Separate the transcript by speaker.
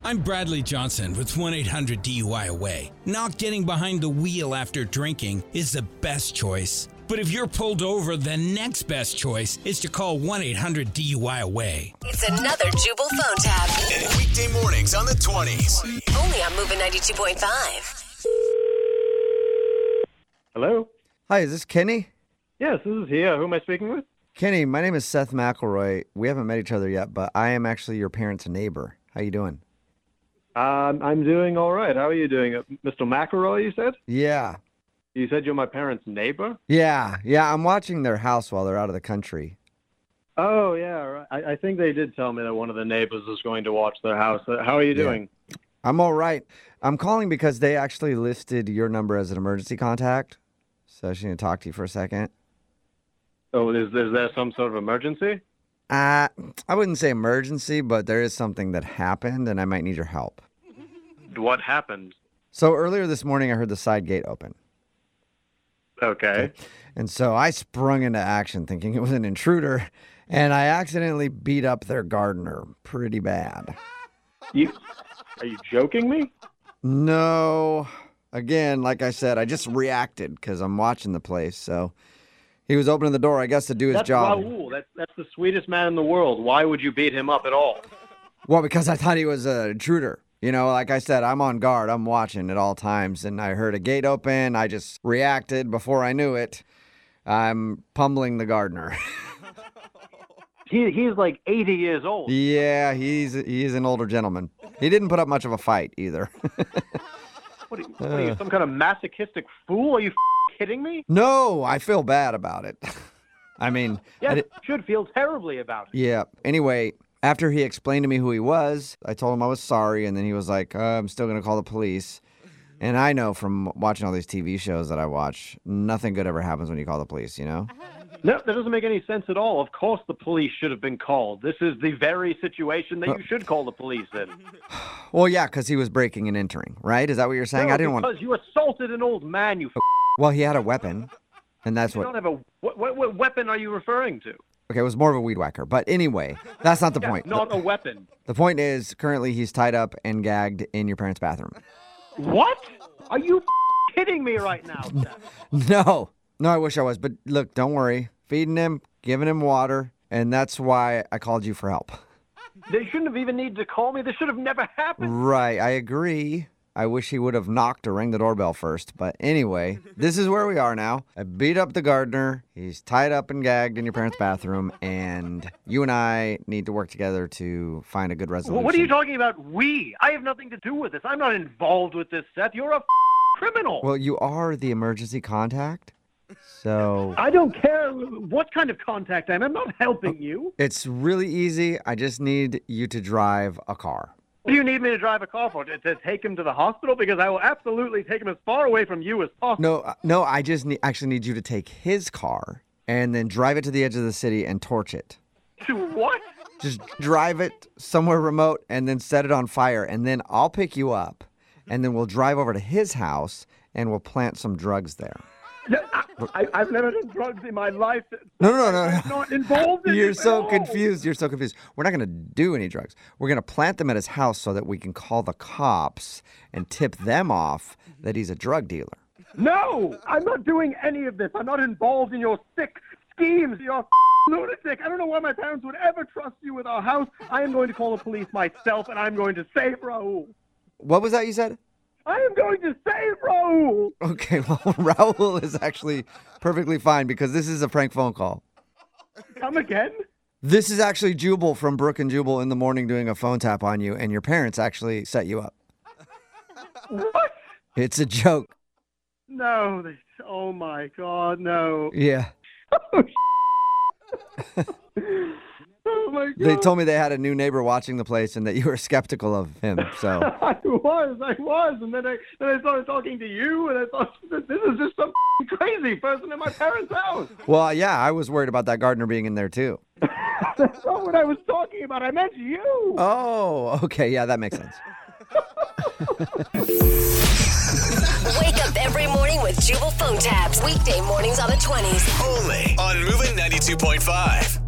Speaker 1: I'm Bradley Johnson with 1 800 DUI Away. Not getting behind the wheel after drinking is the best choice. But if you're pulled over, the next best choice is to call 1 800 DUI Away.
Speaker 2: It's another Jubal phone tab.
Speaker 3: Weekday mornings on the 20s.
Speaker 2: Only on Moving 92.5.
Speaker 4: Hello.
Speaker 5: Hi, is this Kenny?
Speaker 4: Yes, this is he. Uh, who am I speaking with?
Speaker 5: Kenny, my name is Seth McElroy. We haven't met each other yet, but I am actually your parents' neighbor. How you doing?
Speaker 4: Um, I'm doing all right. How are you doing, Uh, Mr. McElroy? You said
Speaker 5: Yeah.
Speaker 4: you said you're my parents' neighbor.
Speaker 5: Yeah. Yeah, I'm watching their house while they're out of the country.
Speaker 4: Oh yeah, right. I, I think they did tell me that one of the neighbors was going to watch their house. Uh, How are you
Speaker 5: Yeah.
Speaker 4: doing?
Speaker 5: I'm all right. I'm calling because they actually listed your number as an emergency contact. So I just need to talk to you for a second.
Speaker 4: Oh, is is there some sort of emergency?
Speaker 5: Uh, I wouldn't say emergency, but there is something that happened and I might need your help.
Speaker 4: What happened?
Speaker 5: So earlier this morning, I heard the side gate open.
Speaker 4: Okay.
Speaker 5: And so I sprung into action thinking it was an intruder, and I accidentally beat up their gardener pretty bad.
Speaker 4: You are you joking me?
Speaker 5: No, again, like I said, I just reacted because I'm watching the place. So he was opening the door, I guess, to do his
Speaker 4: That's
Speaker 5: job.
Speaker 4: Raoul. That's that's the sweetest man in the world. Why would you beat him up at all?
Speaker 5: Well, because I thought he was an intruder. You know, like I said, I'm on guard, I'm watching at all times, and I heard a gate open. I just reacted before I knew it. I'm pummeling the gardener.
Speaker 4: He he's like 80 years old.
Speaker 5: yeah, he's he's an older gentleman. He didn't put up much of a fight either.
Speaker 4: What are you, what are you some kind of masochistic fool? Are you f- kidding me?
Speaker 5: No, I feel bad about it. I mean, I
Speaker 4: Yes,
Speaker 5: di-
Speaker 4: should feel terribly about it.
Speaker 5: yeah. Anyway, after he explained to me who he was, I told him I was sorry, and then he was like, uh, "I'm still gonna call the police." And I know from watching all these TV shows that I watch, nothing good ever happens when you call the police. You know?
Speaker 4: Uh-huh. No, that doesn't make any sense at all. Of course, the police should have been called. This is the very situation that you should call the police in.
Speaker 5: Well, yeah, because he was breaking and entering, right? Is that what you're saying?
Speaker 4: No,
Speaker 5: I didn't
Speaker 4: because
Speaker 5: want.
Speaker 4: you assaulted an old man. You, f-
Speaker 5: Well, he had a weapon, and that's
Speaker 4: you
Speaker 5: what.
Speaker 4: don't have a what, what, what weapon are you referring to?
Speaker 5: Okay, it was more of a weed whacker, but anyway, that's not the point.
Speaker 4: Not a weapon.
Speaker 5: The point is, currently he's tied up and gagged in your parents' bathroom.
Speaker 4: What? Are you f- kidding me right now? Seth?
Speaker 5: No, no, I wish I was. But look, don't worry. Feeding him, giving him water, and that's why I called you for help.
Speaker 4: they shouldn't have even needed to call me. This should have never happened.
Speaker 5: Right, I agree. I wish he would have knocked or rang the doorbell first. But anyway, this is where we are now. I beat up the gardener. He's tied up and gagged in your parents' bathroom, and you and I need to work together to find a good
Speaker 4: Wh-
Speaker 5: resolution.
Speaker 4: What are you talking about? We? I have nothing to do with this. I'm not involved with this, Seth. You're a f- criminal.
Speaker 5: Well, you are the emergency contact, so.
Speaker 4: I don't care what kind of contact I am. I'm not helping you.
Speaker 5: It's really easy. I just need you to drive a car.
Speaker 4: Do you need me to drive a car for? To, to take him to the hospital? Because I will absolutely take him as far away from you as possible.
Speaker 5: No, uh, no, I just need, actually need you to take his car and then drive it to the edge of the city and torch it.
Speaker 4: To what?
Speaker 5: Just drive it somewhere remote and then set it on fire. And then I'll pick you up and then we'll drive over to his house and we'll plant some drugs there.
Speaker 4: No, I, I, I've never done drugs in my life.
Speaker 5: No, no, no,
Speaker 4: I'm
Speaker 5: no.
Speaker 4: not involved in
Speaker 5: You're
Speaker 4: this at
Speaker 5: so
Speaker 4: all.
Speaker 5: confused. You're so confused. We're not going to do any drugs. We're going to plant them at his house so that we can call the cops and tip them off that he's a drug dealer.
Speaker 4: No, I'm not doing any of this. I'm not involved in your sick schemes. You're a f- lunatic. I don't know why my parents would ever trust you with our house. I am going to call the police myself, and I'm going to save Raul.
Speaker 5: What was that you said?
Speaker 4: I am going to save Raul.
Speaker 5: Okay, well, Raul is actually perfectly fine because this is a prank phone call.
Speaker 4: Come again?
Speaker 5: This is actually Jubal from Brook and Jubal in the morning doing a phone tap on you, and your parents actually set you up.
Speaker 4: What?
Speaker 5: It's a joke.
Speaker 4: No. They, oh my God, no.
Speaker 5: Yeah.
Speaker 4: Oh my God.
Speaker 5: They told me they had a new neighbor watching the place and that you were skeptical of him. So,
Speaker 4: I was, I was, and then I then I started talking to you, and I thought this this is just some crazy person in my parents' house.
Speaker 5: well, yeah, I was worried about that gardener being in there too.
Speaker 4: That's not what I was talking about. I meant you.
Speaker 5: Oh, okay. Yeah, that makes sense.
Speaker 2: Wake up every morning with Jubal phone tabs. Weekday mornings on the 20s.
Speaker 3: Only on Moving 92.5.